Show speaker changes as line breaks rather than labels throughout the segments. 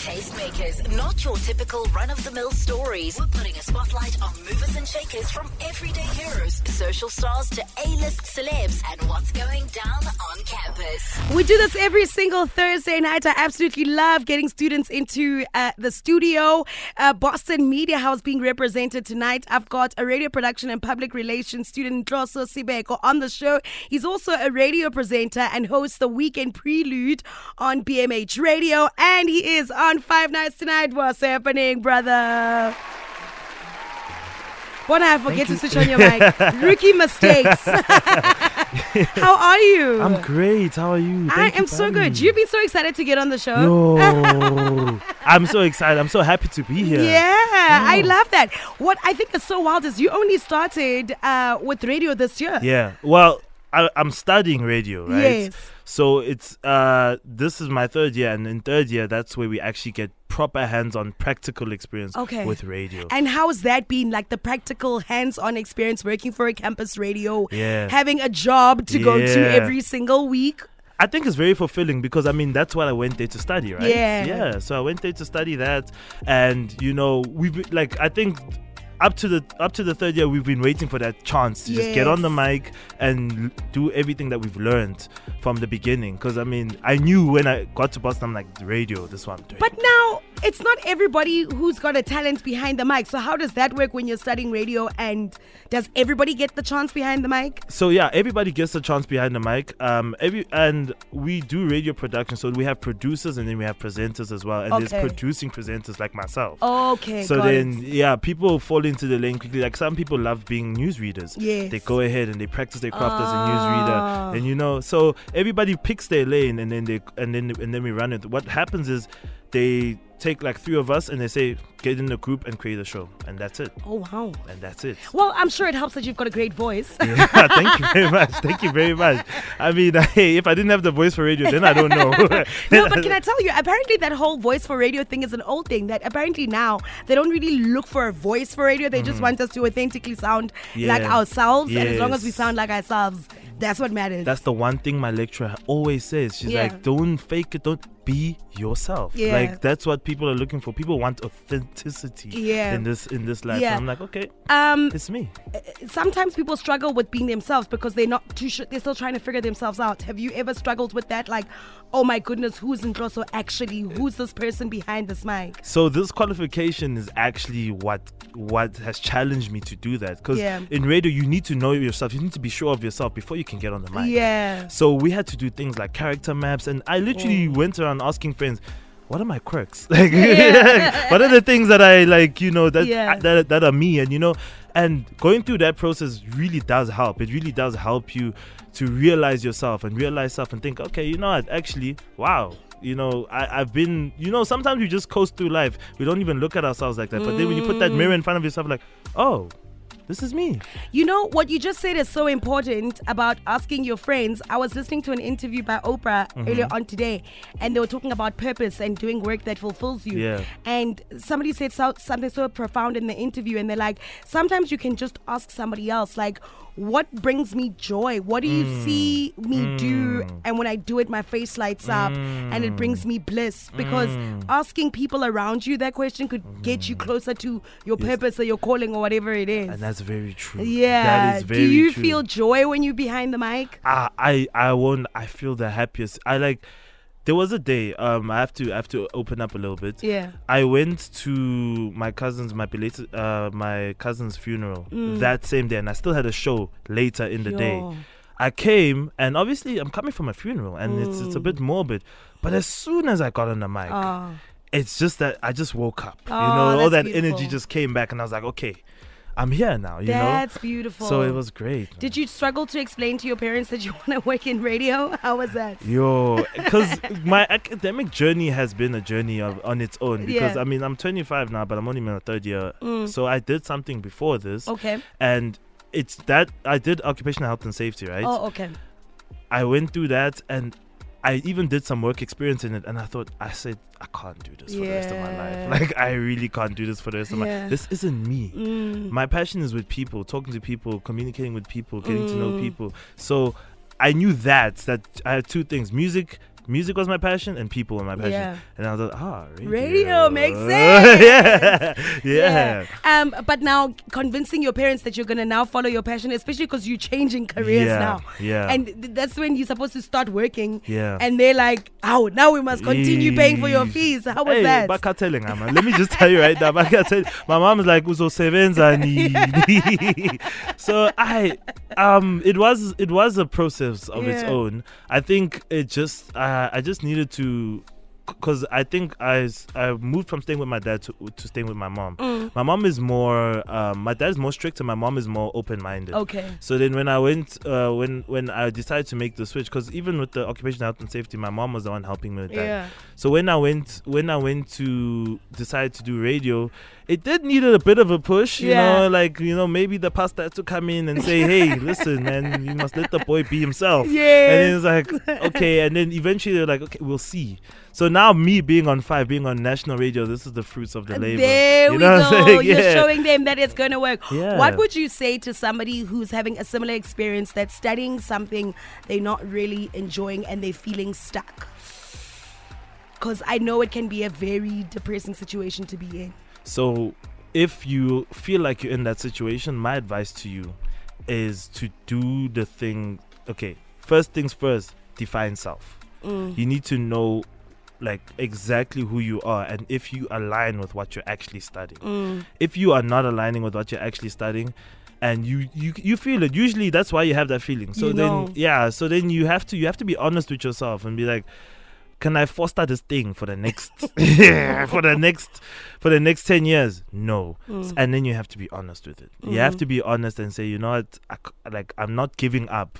Shakers, not your typical run of the mill stories. We're putting a spotlight on movers and shakers from everyday heroes, social stars to A list celebs, and what's going down on campus.
We do this every single Thursday night. I absolutely love getting students into uh, the studio. Uh, Boston Media House being represented tonight. I've got a radio production and public relations student, Droso Sibeko, on the show. He's also a radio presenter and hosts the weekend prelude on BMH Radio. And he is on Five Nights Tonight. What's happening, brother? Bona, I forget to switch on your mic. Rookie mistakes. How are you?
I'm great. How are you?
I
Thank you
am
for
so
having
good.
me.
You've been so excited to get on the show.
Yo, I'm so excited. I'm so happy to be here.
Yeah, I love that. What I think is so wild is you only started uh, with radio this year.
Yeah. Well, I, I'm studying radio, right?
Yes.
So it's uh, this is my third year, and in third year, that's where we actually get proper hands-on practical experience
Okay.
with radio.
And how's that been like the practical hands on experience working for a campus radio?
Yeah.
Having a job to go to
Yeah.
every single week?
I think it's very fulfilling because I mean that's what I went there to study, right?
Yeah.
Yeah. So I went there to study that, and you know we've been- like I think up to the up to the third year we've been waiting for that chance to just get on the
Yes.
mic and l- do everything that we've learned from the beginning. Because I mean I knew when I got to Boston, I'm like radio, this one. Doing.
But now it's not everybody who's got a talent behind the mic. So how does that work when you're studying radio and does everybody get the chance behind the mic?
so yeah, everybody gets a chance behind the mic. Um, every and we do radio production, so we have producers and then we have presenters as well, and
Okay.
there's producing presenters like myself.
Okay.
so
got
then
it.
yeah people fall into the lane quickly like some people love being newsreaders
Yes.
they go ahead and they practice their craft as a
Ah.
newsreader and you know so everybody picks their lane and then they and then and then we run it what happens is they take like three of us and they say get in the group and create a show and that's it
Oh wow.
and that's it
Well, I'm sure it helps that you've got a great voice.
Yeah, thank you very much thank you very much i mean hey if i didn't have the voice for radio then i don't know
no, but can I tell you? Apparently, that whole voice for radio thing is an old thing. That apparently now they don't really look for a voice for radio. They just want us to authentically sound like
Mm-hmm. Yeah.
ourselves, and as long as we
Yes.
sound like ourselves, that's what matters.
That's the one thing my lecturer always says. She's
Yeah.
like, don't fake it, don't be yourself.
Yeah.
Like that's what people are looking for. People want authenticity
Yeah.
in this in this life.
Yeah.
And I'm like, okay,
um,
it's me.
sometimes people struggle with being themselves because they're not too sure. They're still trying to figure themselves out. Have you ever struggled with that? Like, oh my goodness, who's Ndloso actually? Who's this person behind this mic?
So this qualification is actually what what has challenged me to do that. Because
Yeah.
in radio you need to know yourself, you need to be sure of yourself before you can get on the mic.
Yeah.
So we had to do things like character maps, and I literally
Mm.
went around asking friends, "What are my quirks? Like, what are the things that I like? You know that
Yeah.
that that are me?" And you know, and going through that process really does help. It really does help you to realize yourself and realize self and think, okay, you know what? Actually, wow. You know, I, I've been, you know, sometimes we just coast through life. We don't even look at ourselves like that. But then when you put that mirror
Mm.
in front of yourself, like, oh, this is me.
You know what you just said is so important about asking your friends. I was listening to an interview by Oprah earlier on today, and they were talking about purpose and doing work that fulfills you.
Yeah.
And somebody said so, something so profound in the interview, and they're like, sometimes you can just ask somebody else, like, what brings me joy? What do you see me do? And when I do it, my face lights up and it brings me bliss. Because asking people around you that question could get you closer to your purpose or your calling or whatever it is.
And that's very true.
Yeah.
That is very
Do you
true.
feel joy when you're behind the mic?
I I I won't. I feel the happiest. I like. There was a day. Um, I have to I have to open up a little bit.
Yeah.
I went to my cousin's my belated uh my cousin's funeral that same day, and I still had a show later in the
Mm. Yo.
day. I came, and obviously I'm coming from a funeral, and it's it's a
Mm.
bit morbid. But as soon as I got on the mic,
Oh.
it's just that I just woke up. you
Oh,
know, all that
that's
energy
beautiful.
just came back, and I was like, okay, I'm here now. You
That's
know.
beautiful.
So it was great. man.
Did you struggle to explain to your parents that you want to work in radio? How was that?
Yo, because my academic journey has been a journey of, on its own.
Yeah.
Because
Mm.
I mean, I'm 25 now, but I'm only in my third year. So I did something before this.
Okay.
And it's that I did occupational health and safety, right?
Oh, okay.
I went through that and I even did some work experience in it. And I thought, I said, I can't do this for the rest of my
Yeah.
life. Like, I really can't do this for the rest of my
Yeah.
This isn't me.
Mm.
My passion is with people, talking to people, communicating
Mm.
with people, getting to know people. So I knew that, that I had two things music. music was my passion and people were my passion.
Yeah.
And I was like, ah, radio,
Radio makes sense.
yeah. yeah,
Um, but now convincing your parents that you're gonna now follow your passion, especially because you're changing careers
Yeah,
now.
yeah.
And th- that's when you're supposed to start working.
Yeah.
And they're like, "Oh, now we must continue paying for your
Yeesh.
fees." How was
hey,
that?
bakatelling, ah, man. Let me just tell you right now. bakatelling. My mom's like, Uzo ni. so I, um, it was it was a process of its
Yeah.
own. I think it just uh, I just needed to. Cause I think I, s- I moved from staying with my dad to, to staying with my mom.
Mm.
My mom is more um, my dad is more strict and my mom is more open minded.
Okay.
So then when I went uh, when when I decided to make the switch, because even with the occupational health and safety, my mom was the one helping me with that.
Yeah.
So when I went when I went to decide to do radio, it did needed a bit of a push, you
Yeah.
know, like you know maybe the pastor had to come in and say, "Hey, listen, man, you must let the boy be himself."
Yes.
And then it's like, okay, and then eventually they're like, "Okay, we'll see." So now me being on five, being on national radio, this is the fruits of the labor.
There
You
we
know what I'm
go.
saying?
You're
Yeah.
showing them that it's going to work.
Yeah.
What would you say to somebody who's having a similar experience that's studying something they're not really enjoying and they're feeling stuck? Because I know it can be a very depressing situation to be in.
So, if you feel like you're in that situation, my advice to you is to do the thing. Okay, first things first, define self.
Mm.
You need to know like exactly who you are and if you align with what you're actually studying.
Mm.
If you are not aligning with what you're actually studying, and you, you you feel it usually that's why you have that feeling so
You
then
know.
yeah so then you have to you have to be honest with yourself and be like can I foster this thing for the next for the next for the next 10 years no
Mm.
and then you have to be honest with it you
Mm-hmm.
have to be honest and say you know what I c- like I'm not giving up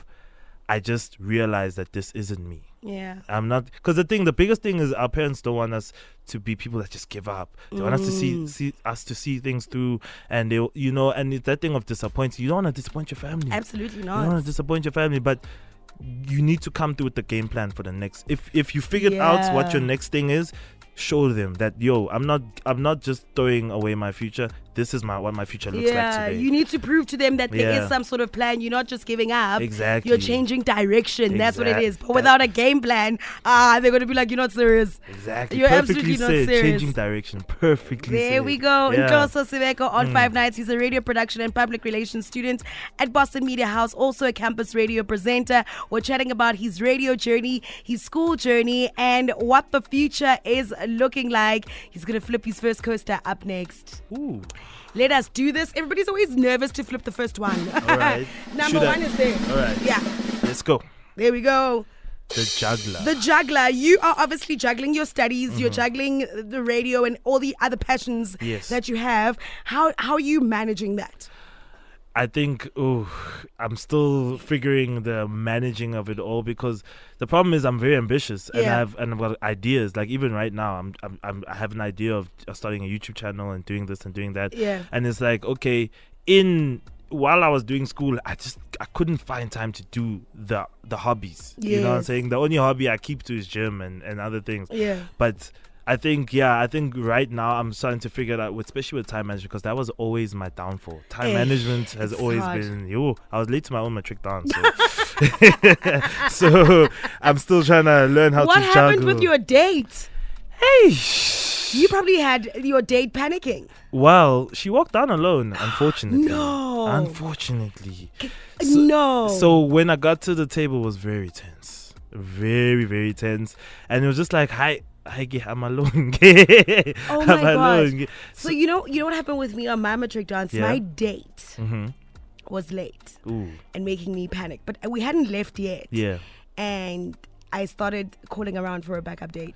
I just realize that this isn't me
Yeah.
I'm not because the thing, the biggest thing is our parents don't want us to be people that just give up. They want us to
Mm.
see see us to see things through, and they you know, and it's that thing of disappointing. You don't want to disappoint your family.
Absolutely
You don't want
not.
to disappoint your family, but you need to come through with the game plan for the next. If if you figured out what your
Yeah.
next thing is, show them that yo, I'm not I'm not just throwing away my future. This is my what my future looks
Yeah.
like today.
you need to prove to them that there
Yeah.
is some sort of plan. You're not just giving up.
exactly.
You're changing direction. That's what it
Exact-
is. But without a game plan, ah, they're going to be like, you're not serious.
Exactly.
You're
Perfectly
absolutely not
said.
serious.
Changing direction. Perfectly
There
said.
we go.
Yeah. Hmm.
Nkoso Sibeko on Five Nights. He's a radio production and public relations student at Boston Media House, also a campus radio presenter. We're chatting about his radio journey, his school journey, and what the future is looking like. He's going to flip his first coaster up next.
Ooh.
Let us do this. Everybody's always nervous to flip the first one.
All right.
Number
Should I-
one is there.
All right.
Yeah.
Let's go.
There we go.
The juggler.
The juggler, you are obviously juggling your studies, you're juggling the radio and all the other passions
Mm-hmm. Yes.
that you have. How how are you managing that?
I think ooh, I'm still figuring the managing of it all because the problem is I'm very ambitious and
Yeah.
I have and I've got ideas. Like even right now, I'm, I'm, I'm I have an idea of starting a YouTube channel and doing this and doing that.
Yeah.
And it's like okay, in while I was doing school, I just I couldn't find time to do the the hobbies. You know what I'm
Yes.
saying? The only hobby I keep to is gym and and other things.
Yeah.
But I think yeah, I think right now I'm starting to figure that out, with- especially with time management, because that was always my downfall. Time
Eh,
management has
it's
always
hard.
been yo. I was late to my own matric dance, so, so I'm still trying to learn how
what
to
happened
juggle.
with your date?
hey?
You probably had your date panicking.
Well, she walked down alone, unfortunately.
no.
Unfortunately.
no.
So when I got to the table, it was very tense, very very tense, and it was just like hi. hi, ge- I'm alone.
Oh my
oh I'm
gosh.
alone.
So you know you know what happened with me on my matric dance?
Yeah.
My date
Mhm.
was late
Ooh,
and making me panic. But we hadn't left yet.
yeah.
And I started calling around for a backup date.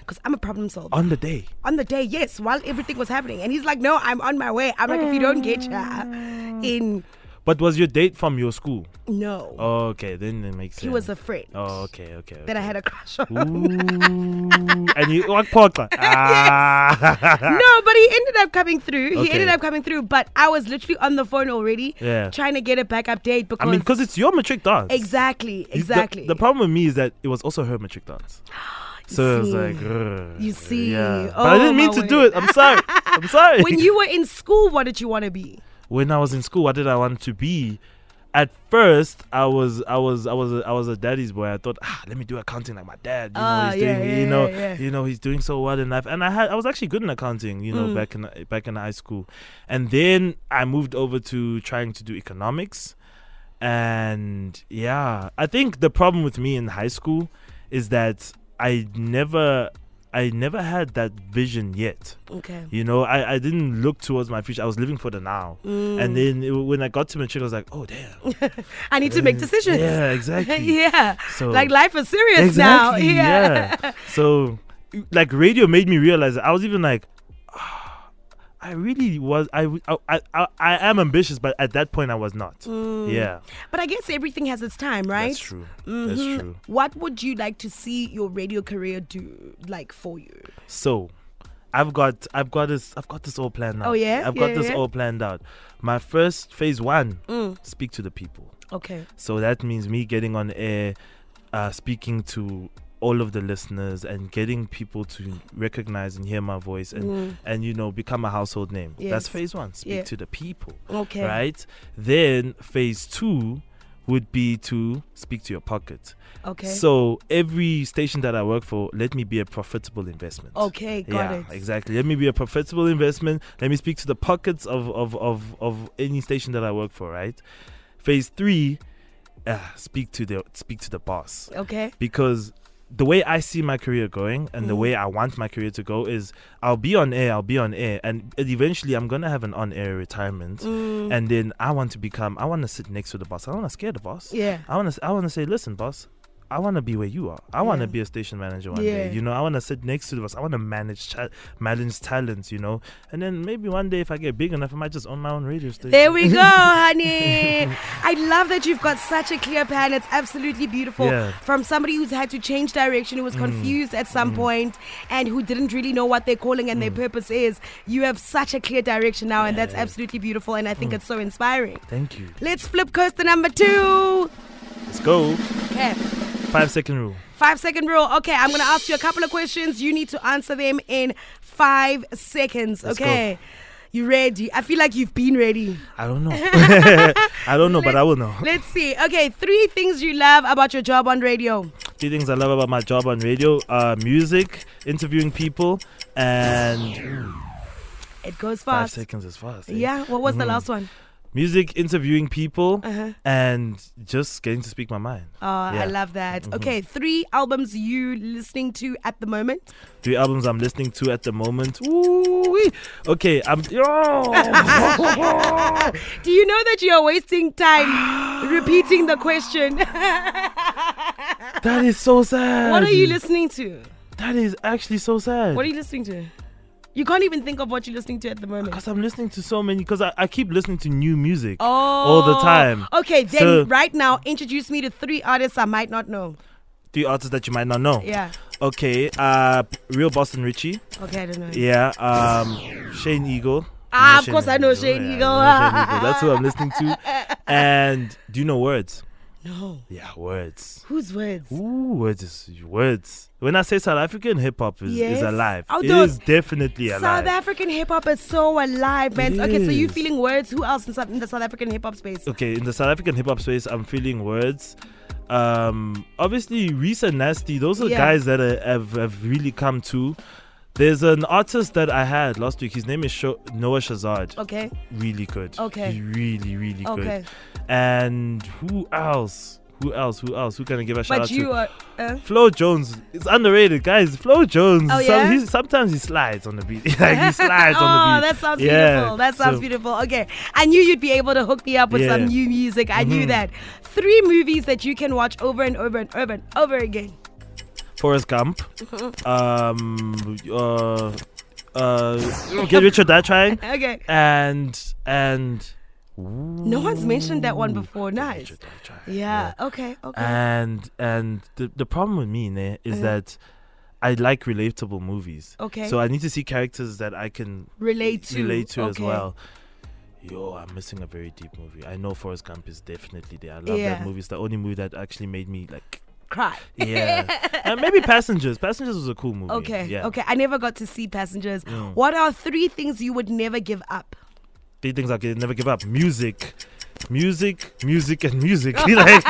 Because I'm a problem solver.
on the day.
on the day, yes, while everything was happening. And he's like, No, I'm on my way. I'm like, If you don't get her
Mm.
in,
But was your date from your school?
no.
Oh, okay, then it makes sense.
he was a friend
Oh, okay, okay. okay.
that I had a crush on.
Ooh, and you what quarter? Ah.
No, but he ended up coming through. He
Okay.
ended up coming through, but I was literally on the phone already
Yeah.
trying to get a backup date because.
I mean, because it's your matric dance.
exactly,
You- the-
exactly.
The, problem with me is that it was also her matric dance. So it was
see.
like, grr,
You see.
yeah. but I
Oh,
didn't mean
my
to do
word.
it. I'm sorry. I'm sorry.
when you were in school, what did you want to be?
when I was in school, what did I want to be? at first I was I was I was a, I was a daddy's boy. I thought, ah, let me do accounting like my dad. You
Ah,
know, he's
yeah,
doing,
yeah,
you know,
yeah, yeah.
you know, he's doing so well in life. And I had I was actually good in accounting, you know,
Mm.
back in back in high school. And then I moved over to trying to do economics. And yeah, I think the problem with me in high school is that I never I never had that vision yet.
Okay.
You know, I, I didn't look towards my future. I was living for the now.
Mm.
And then it- when I got to mature, I was like, oh, damn.
I need to make decisions.
Yeah, exactly.
yeah.
So-
like life is serious
Exactly.
now. Yeah.
Yeah. So, like, radio made me realize that I was even like, "Ah, I really was. I, w- I, I- I, I am ambitious, but at that point, I was not. Yeah.
But I guess everything has its time, Mm. right? Mm-hmm.
That's true. That's true.
What would you like to see your radio career do like for you?
So, I've got I've got this I've got this all planned out.
Oh, yeah?
I've
Yeah,
got this
yeah. Mm.
all planned out. My first phase one, speak to the people.
Okay.
So that means me getting on air, uh, speaking to all of the listeners and getting people to recognize and hear my voice and and you know become a household name.
Mm. Yes.
That's phase one. Speak
Yeah.
to the people.
Okay.
Right. Then phase two would be to speak to your pocket.
Okay.
So every station that I work for, let me be a profitable investment.
Okay, got
yeah,
it.
exactly. Let me be a profitable investment. Let me speak to the pockets of of of, of any station that I work for. Right. Phase three, uh, speak to the speak to the boss
Okay.
because the way I see my career going and
Mm.
the way I want my career to go is I'll be on air, I'll be on air, and eventually I'm gonna have an on air retirement,
Mm.
and then I want to become, I want to sit next to the boss, I want to scare the boss,
Yeah.
I want to, I want to say, listen, boss. I want to be where you are. I want to
Yeah.
be a station manager one
Yeah.
day. You know, I want to sit next to the boss. I want to manage ta- manage talents. You know, and then maybe one day if I get big enough, I might just own my own radio station.
There we go, honey. I love that you've got such a clear plan. It's absolutely beautiful.
Yeah. Mm.
From somebody who's had to change direction, who was confused at some point, and who didn't really know what they're calling and their
Mm.
purpose is, you have such a clear direction now, and that's absolutely beautiful. And I
Mm.
think it's so inspiring.
Thank you.
Let's flip coaster number two.
Let's go.
Okay.
Five second rule.
Five second rule. Okay, I'm gonna ask you a couple of questions. You need to answer them in five seconds.
Let's
okay. You ready? I feel like you've been ready.
I don't know. I don't know, but I will know.
Let's see. Okay, three things you love about your job on radio.
Three things I love about my job on radio uh, music, interviewing people, and
It goes
five
fast.
seconds is fast. eh?
Yeah. What was the last one?
Music, interviewing people,
Uh-huh.
and just getting to speak my mind.
Oh, I
Yeah. Mm-hmm.
love that. Okay, three albums you listening to at the moment.
Three albums I'm listening to at the moment. Ooh-wee. Okay, I'm. Yo!
Do you know that you are wasting time repeating the question?
that is so sad.
what are you listening to?
That is actually so sad.
What are you listening to? You can't even think of what you're listening to at the moment.
because I'm listening to so many, because I, I keep listening to new music
Oh,
all the time.
Okay, then
So-
right now, introduce me to three artists I might not know.
Three artists that you might not know.
Yeah.
Okay, uh, Real Boston Richie.
Okay, I don't know.
Yeah, um, Shane Eagle.
Ah,
You
of course I know Shane
yeah, you
Eagle.
know Shane Eagle. That's who I'm listening to. And do you know words?
No.
Yeah, words.
Whose words?
Ooh, words is words. When I say South African hip hop is,
Yes.
is alive.
Oh,
it
dude.
is definitely alive.
South African hip hop is so alive, man.
It
Okay, so you
is.
feeling words? Who else in, South, in the South African hip hop space?
okay, in the South African hip hop space, I'm feeling words. Um, obviously, Reese and Nasty, those are
Yeah.
guys that I, have, have really come to. There's an artist that I had last week. His name is Sho- Noah Shazad.
Okay.
really good.
Okay.
He's really, really
Okay.
good. And who else? Who else? Who else? Who can I give a shout
But
out
you
to?
are. Uh,
Flo Jones is underrated, guys. Flo Jones.
Oh,
some-
yeah?
he's- sometimes he slides on the beat. like he slides
oh,
on the beat.
that sounds
Yeah,
beautiful. That sounds
so-
beautiful. Okay. I knew you'd be able to hook me up with some
Yeah. Mm-hmm.
new music. I knew that. Three movies that you can watch over and over and over and over again.
Forrest Gump. um. Uh. Uh. Get Rich or Die Trying.
Okay.
And and.
No one's mentioned that one before.
Get
Nice.
Rich or Die Trying.
Yeah. Okay. Okay.
Uh, and and the, the problem with me ne, is that I like relatable movies.
Okay.
So I need to see characters that I can
Relate to.
relate to as
Okay.
well. Yo, I'm missing a very deep movie. I know Forrest Gump is definitely there. I love
Yeah.
that movie. It's the only movie that actually made me like,
Cry.
yeah. and maybe Passengers. Passengers was a cool movie.
Okay.
Yeah.
Okay. I never got to see Passengers. What are three things you would never give up?
Three things I could never give up: music, music, music, and music. like,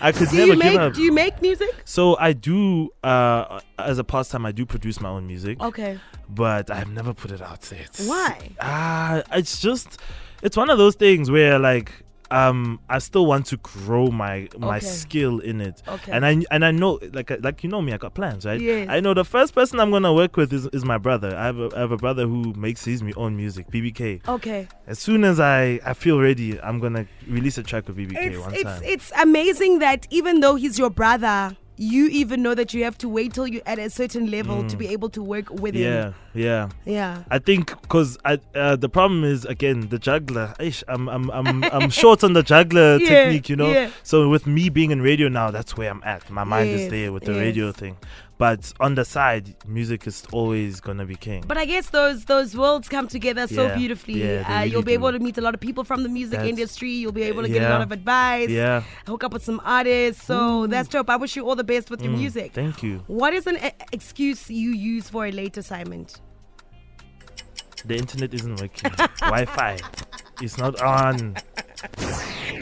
I could
Do
never
you
give
make
up.
Do you make music?
so I do, uh, as a pastime, I do produce my own music,
Okay.
but I've never put it out yet.
Why?
Ah, it's just, it's one of those things where like, um, I still want to grow my my
Okay.
skill in it,
Okay.
and I and I know like uh, like you know me, I got plans, right?
Yes.
I know the first person I'm gonna work with is, is my brother. I have a, I have a brother who makes his own music, BBK.
Okay.
As soon as I, I feel ready, I'm gonna release a track with BBK
it's
one
it's
time.
it's amazing that even though he's your brother, you even know that you have to wait till you're at a certain level to be able to work with him.
Mm. yeah, yeah.
Yeah.
I think because uh, the problem is again the juggler. Ish, I'm I'm I'm I'm short on the juggler
Yeah,
technique, you know.
yeah.
So with me being in radio now, that's where I'm at. My mind
Yes,
is there with the
yes.
radio thing, but on the side, music is always gonna be king.
But I guess those those worlds come together so
Yeah,
beautifully.
yeah, they
uh, you'll
really
be able
do.
to meet a lot of people from the music
That's-
industry. You'll be able to get a
yeah.
lot of advice.
Yeah.
Hook up with some artists. So that's dope. I wish you all the best with your music.
Mm. Thank you.
What is an e- excuse you use for a late assignment?
The internet isn't working. Wi-Fi, it's not on.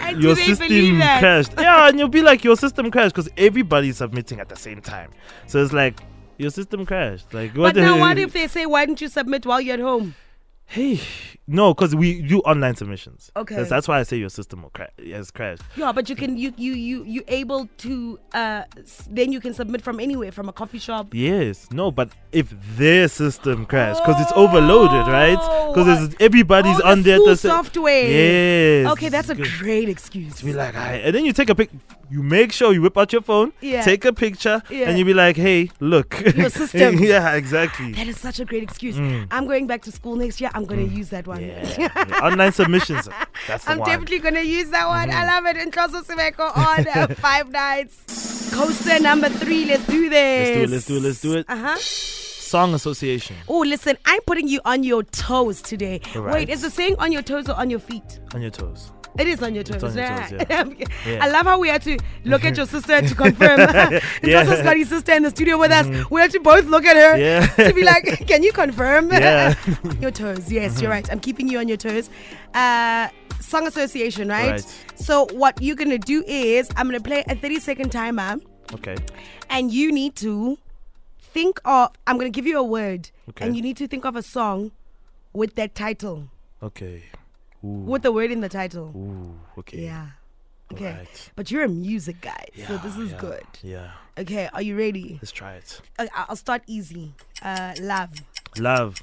And do
your
they
system
believe that?
crashed. Yeah, and you'll be like, your system crashed because everybody's submitting at the same time. So it's like, your system crashed. Like, what
But
the
now, what if they say, "Why didn't you submit while you're at home?"
Hey, no, because we do online submissions.
Okay.
That's, that's why I say your system will cra- has crashed.
Yeah, but you can you you you you able to uh s- then you can submit from anywhere from a coffee shop.
Yes, no, but if their system crashed because it's overloaded, right? Because everybody's
Oh, the
on there. at
school
the sa-
software.
Yes.
Okay, that's a
Good.
great excuse.
Be like, "Aight." and then you take a pic. You make sure you whip out your phone,
Yeah.
take a picture,
Yeah.
and you be like, "Hey, look,
Your system.
yeah, exactly.
That is such a great excuse. I'm going back to school next year. I'm going to use that one.
Mm. Yeah. Yeah, Online submissions. That's the
I'm
one. Mm.
definitely going to use that one. I love it. And Trosso Simeko on uh, Five Nights. Coaster number three. Let's do this.
do it, let's do it, let's do it.
Uh huh.
Song association
Oh, listen, I'm putting you on your toes today.
Alright.
Wait, is the saying on your toes or on your feet?
on your toes.
It is on your toes,
on your
right?
toes, yeah.
Okay.
Yeah.
I love how we had to look at your sister to confirm. yeah.
Yeah. Mm-hmm.
also got his sister in the studio with us. We had to both look at her
Yeah.
to be like, "Can you confirm?"
Yeah. Mm-hmm.
On your toes. Yes, you're right. I'm keeping you on your toes. Uh, song association, right?
Right.
So what you're gonna do is I'm gonna play a 30 second timer,
Okay.
and you need to think of. I'm gonna give you a word,
Okay.
and you need to think of a song with that title,
Okay. Ooh.
with the word in the title.
Ooh. Okay.
Yeah. Okay.
Alright.
But you're a music guy, so this
Yeah,
is
yeah,
good.
Yeah.
Okay, are you ready?
Let's try it.
I- I- I'll start easy. Uh, love.
Love.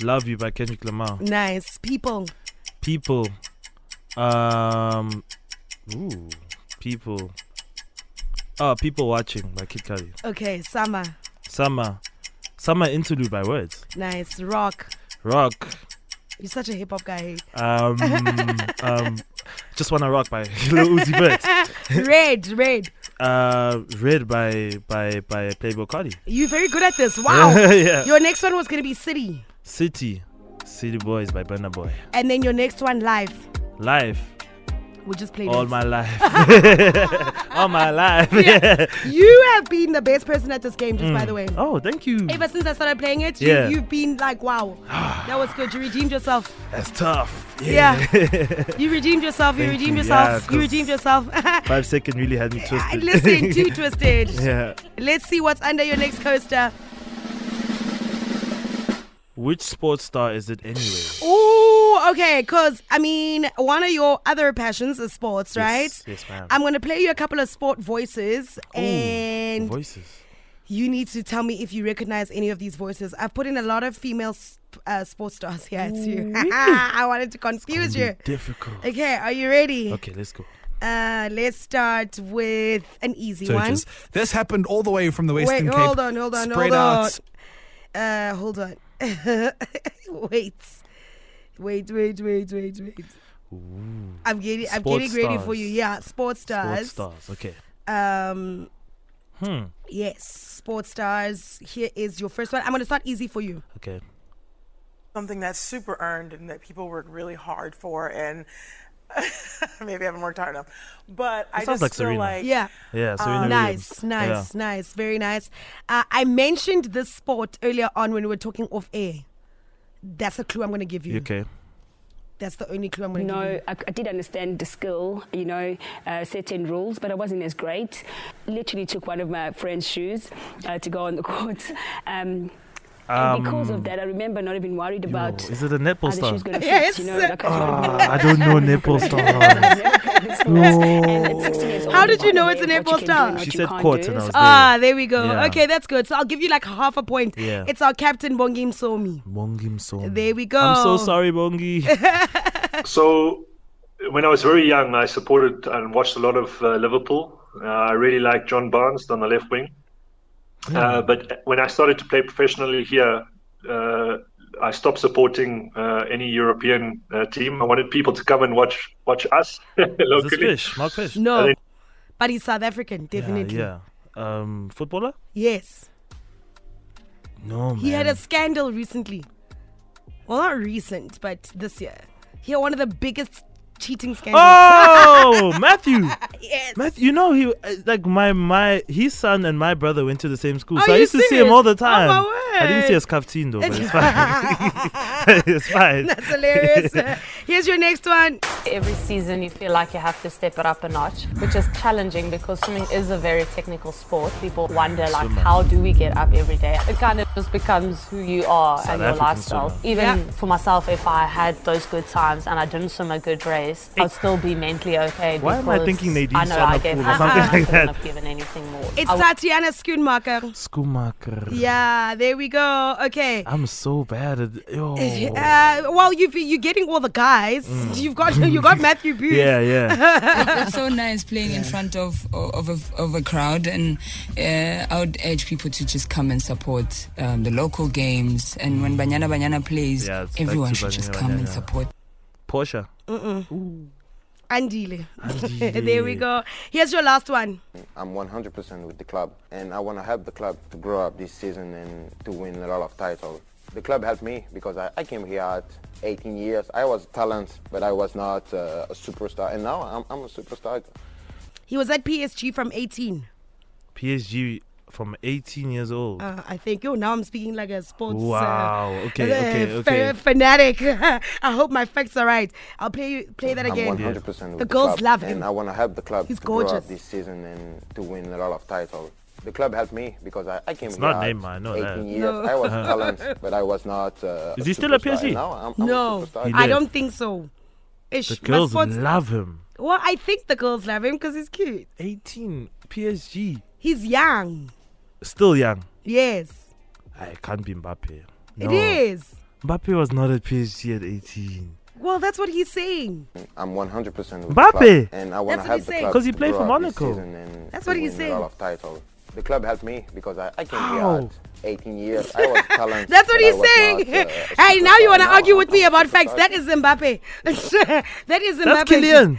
Love You by Kendrick Lamar.
Nice. People.
People. Um. Ooh. People. Oh, People Watching by Kid Cudi.
Okay, summer.
Summer. Summer Interlude by Words.
Nice. Rock.
Rock.
You're such a hip hop guy.
Um. um. Just Wanna Rock by Lil Uzi Vert.
red, red.
Uh. Red by by by Playboy Cardi.
You're very good at this. Wow.
yeah.
Your next one was gonna be City.
City. City Boys by Burna Boy.
And then your next one live.
Life.
We just played
All
it.
my life. All my life. Yeah.
You have been the best person at this game, just by the way.
Oh, thank you.
Ever since I started playing it, you,
Yeah.
you've been like, wow, that was good. You redeemed yourself.
That's tough.
Yeah. You redeemed yourself. You
Thank
redeemed
you.
yourself.
Yeah,
you
'cause-
redeemed yourself.
Five second really had me twisted.
Listen, too twisted.
yeah.
Let's see what's under your next coaster.
Which sports star is it anyway?
Ooh, okay. Cause I mean, one of your other passions is sports, right?
Yes, ma'am.
I'm gonna play you a couple of sport voices, and
voices.
you need to tell me if you recognize any of these voices. I've put in a lot of female sp- uh, sports stars here too. I wanted to confuse you.
Difficult.
Okay, are you ready?
Okay, let's go.
Uh, let's start with an easy one.
surges. This happened all the way from the Western
Wait,
Cape.
hold on, hold on,
spread
hold on.
out.
Uh, hold on. wait. Wait, wait, wait, wait, wait. I'm getting I'm
Sports
getting ready for you.
stars.
Yeah, sports
Sports
stars.
stars. Okay.
Um
Hmm.
yes, sports stars. Here is your first one. I'm gonna start easy for you.
Okay.
something that's super earned and that people work really hard for and maybe I haven't worked hard enough. But I
sounds
just
like
feel
Serena.
like
Yeah. Oh,
Yeah. Serena
Ah, Nice,
Williams.
nice, nice, very nice. Uh, I mentioned this sport earlier on when we were talking off air. That's a clue I'm gonna give you.
Yeah. Okay.
That's the only clue I'm going to give
No,
you.
I, I did understand the skill, you know, uh, certain rules, but I wasn't as great. Literally took one of my friend's shoes uh, to go on the court. Um, and because of that, I remember not even worried about
is it a netball
how the
star?
shoe's going to fit.
Yes.
You know, like I
Ah, I don't know netball star.
I've never played this sport, and at 16 years old,
How did you know it's an
aware of
netball
what you can do and
star?
what
She
you
said
can't
court
do,
and I
so
was
Ah, there we go.
Yeah.
Okay, that's good. So I'll give you like half a point.
Yeah.
It's our captain Bongim Somi.
Bongi Msomi.
There we go.
I'm so sorry, Bongi.
So, when I was very young, I supported and watched a lot of uh, Liverpool. Uh, I really liked John Barnes on the left wing.
Hmm.
Uh, but when I started to play professionally here, uh, I stopped supporting uh, any European uh, team. I wanted people to come and watch watch us
Is this
locally.
fish? Mark Fish.
No,
I didn't-
but he's South African,
Yeah,
definitely.
yeah. Um, footballer?
Yes.
No, man.
He had a scandal recently. Well, not recent, but this year. He had one of the biggest cheating scandals.
Oh, Matthew.
yes.
Matthew, you know he uh, like my my his son and my brother went to the same school,
Are
so I
you
used to see him
serious?
all the
Oh, my
time. I didn't see
word.
his captain though, but it's fine. it's fine.
That's hilarious. Here's your next one.
Every season, you feel like you have to step it up a notch, which is challenging because swimming is a very technical sport. People wonder, like, how do we get up every day? It kind of just becomes who you are and your
African
lifestyle.
swimmer.
Even
Yeah.
for myself, if I had those good times and I didn't swim a good race, I'd still be mentally okay.
Why am I
because
thinking Nadine's
I know
on
I
the
gave
pool or
half
something
and I
like
couldn't
that?
have given anything more.
It's
I would
Tatiana Schoonmaker.
Schoolmaker.
Yeah, there we go. Okay.
I'm so bad at yo.
Uh, well, you've, you're getting all the guys. You've got you got Matthew Booth.
Mm. Yeah, yeah.
it's so nice playing in front of of a, of a crowd, and uh, I would urge people to just come and support um, the local games. And when Banyana Banyana plays,
Yeah, it's back
everyone
to
should just
Banyana
come and
Banyana.
support.
Porsche.
Andile.
Andile.
there we go. Here's your last one.
I'm 100% with the club, and I want to help the club to grow up this season and to win a lot of titles. The club helped me because I, I came here at 18 years. I was talent, but I was not uh, a superstar, and now I'm, I'm a superstar.
He was at PSG from 18.
PSG from 18 years old.
Uh, I think. Oh, now I'm speaking like a sports.
Wow.
Uh,
Okay, okay,
uh,
okay.
fa- fanatic. I hope my facts are right. I'll play you play that
I'm
again.
100% with
The
the
girls
club,
love him.
and I want to help the club
He's
to grow
gorgeous.
up this season and to win a lot of titles. The club helped me because I, I came here
not
at
Neymar, I know
18
that.
years. I was talent, but I was not. Uh,
Is
a
he still at
superstar, and
PSG?
Now I'm, I'm a
No,
superstar.
He
I
did.
don't think so. Ish,
The
my
girls
sports-
love him.
Well, I think the girls love him because he's cute.
18 PSG.
He's young.
Still young.
Yes,
I can't be Mbappe. No.
it is.
Mbappe was not at PSG at 18.
Well, that's what he's saying.
I'm 100% with the
Mbappe!
club, and I want
That's
to
what
help
he's
the
saying.
club
'Cause he
to
played
grow
for
up this
Monaco.
season and
That's
to
what he's
win
saying.
A lot of titles. The club helped me because I, I came
How?
here at 18 years. I was talented.
That's what
but I
he's
was
saying.
not, uh, a
hey, now you
superstar.
want to argue
I'm-
with me
I'm a
about facts?
superstar.
That is Mbappe. that is Mbappe.
That's Kylian.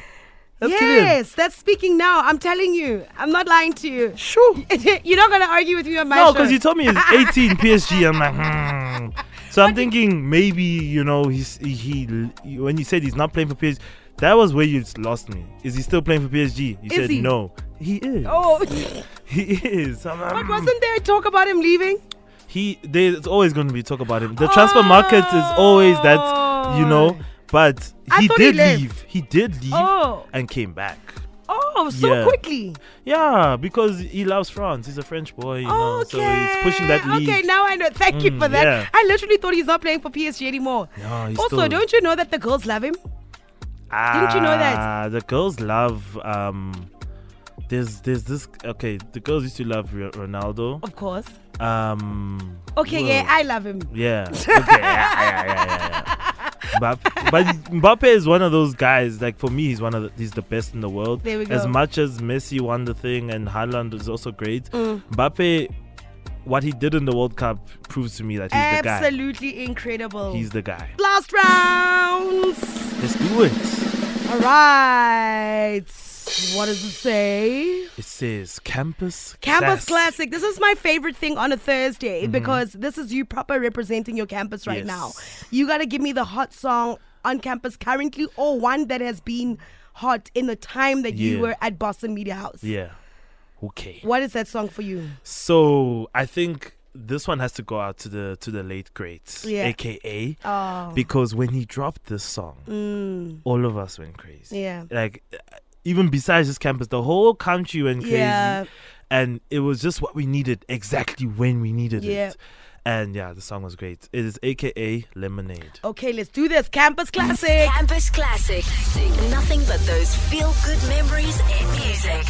That's Kylian.
yes, that's speaking now. I'm telling you. I'm not lying to you. Sure. You're not going to argue with me on my
No,
show.
because you told me it's 18 PSG. I'm like, hmm. so I'm thinking maybe you know he's he, he when you said he's not playing for PSG, that was where you lost me. Is he still playing for PSG? You
Is
said
he?
no. He is.
Oh,
He is. I'm like,
but
hmm.
wasn't there talk about him leaving?
he? There's always going to be talk about him. The transfer market is always that you know. But
Oh. I
he
thought he
did
left.
leave. He did leave
Oh.
and came back.
Oh, so
Yeah.
quickly.
Yeah, because he loves France. He's a French boy, you know.
okay.
Uh-huh, So he's pushing that league.
Okay, now I know. Thank you
Mm,
for that.
yeah.
I literally thought he's not playing for PSG anymore.
No, he's
also,
still-
don't you know that the girls love him? Didn't you know that?
Ah, The girls love um there's there's this okay, the girls used to love Re- Ronaldo.
Of course.
Um
Okay,
who
yeah,
else?
I love him.
Yeah. Okay. yeah, yeah, yeah, yeah, yeah. Mbappe, but Mbappe is one of those guys. Like for me, he's one of the, he's the best in the world.
There we go.
As much as Messi won the thing and Haaland is also great,
Mm.
Mbappe, what he did in the World Cup proves to me that he's the
Absolutely incredible.
guy. He's the guy.
Last rounds.
Let's do it.
All right. What does it say?
It says campus.
Campus
class.
Classic. This is my favorite thing on a Thursday
Mm-hmm.
because this is you proper representing your campus right
Yes.
now. You got to give me the hot song on campus currently or one that has been hot in the time that you
Yeah.
were at Boston Media House.
Yeah. Okay.
What is that song for you?
So I think this one has to go out to the to the late greats,
Yeah.
aka
Oh.
because when he dropped this song,
Mm.
all of us went crazy.
Yeah.
like uh, even besides this campus, the whole country went crazy,
Yeah.
and it was just what we needed exactly when we needed
Yeah.
it. And yeah, the song was great. It is aka Lemonade.
Okay, let's do this. Campus Classic.
Campus Classic. Nothing but those feel good memories in music.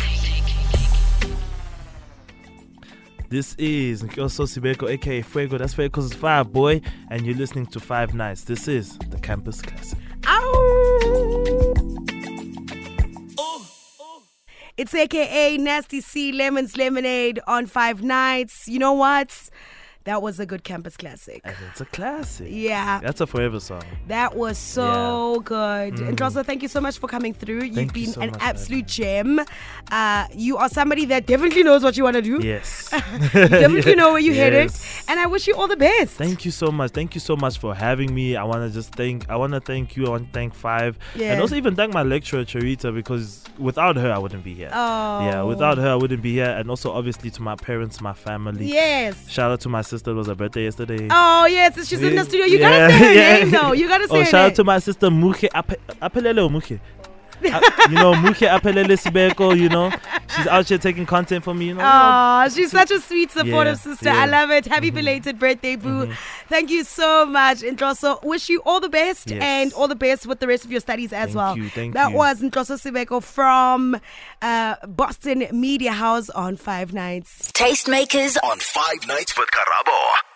This is Nkoso Sibeko, aka Fuego. That's Fuego's Five Boy, and you're listening to Five Nights. This is the Campus Classic.
It's AKA Nasty C Lemons Lemonade on Five Nights. You know what? That was a good campus classic.
And it's a classic.
Yeah.
That's a forever song.
That was so good. And
Mm.
Drosa, thank you so much for coming through. You've
Thank you
been
so
an
much,
absolute gem. Uh, you are somebody that definitely knows what you want to do.
Yes.
You definitely know where you're headed.
Yes.
And I wish you all the best.
Thank you so much. Thank you so much for having me. I want to just thank. I want to thank you. I want to thank Five,
Yeah.
and also even thank my lecturer Charita because without her I wouldn't be here. Yeah,
Oh.
without her I wouldn't be here, and also obviously to my parents, my family.
Yes.
Shout out to my sister. It was her birthday yesterday.
Oh, yes. She's in the studio. You
Yeah,
got to say her
yeah.
name, though. You got to say
Oh,
her
shout
name.
out to my sister Muke Ape- Apelele or Muke. A- you know Muke Apelele Sibeko. You know she's out here taking content for me. You know.
Oh, she's such a sweet, supportive
Yeah,
sister. I
yeah. Mm-hmm.
love it. Happy belated birthday, boo. Thank you so much, Ndroso. Wish you all the best
Yes.
and all the best with the rest of your studies as
Thank
well.
you, thank
that
you.
was Ndroso Sibeko from uh, Boston Media House on Five Nights.
Tastemakers
on Five Nights with Karabo.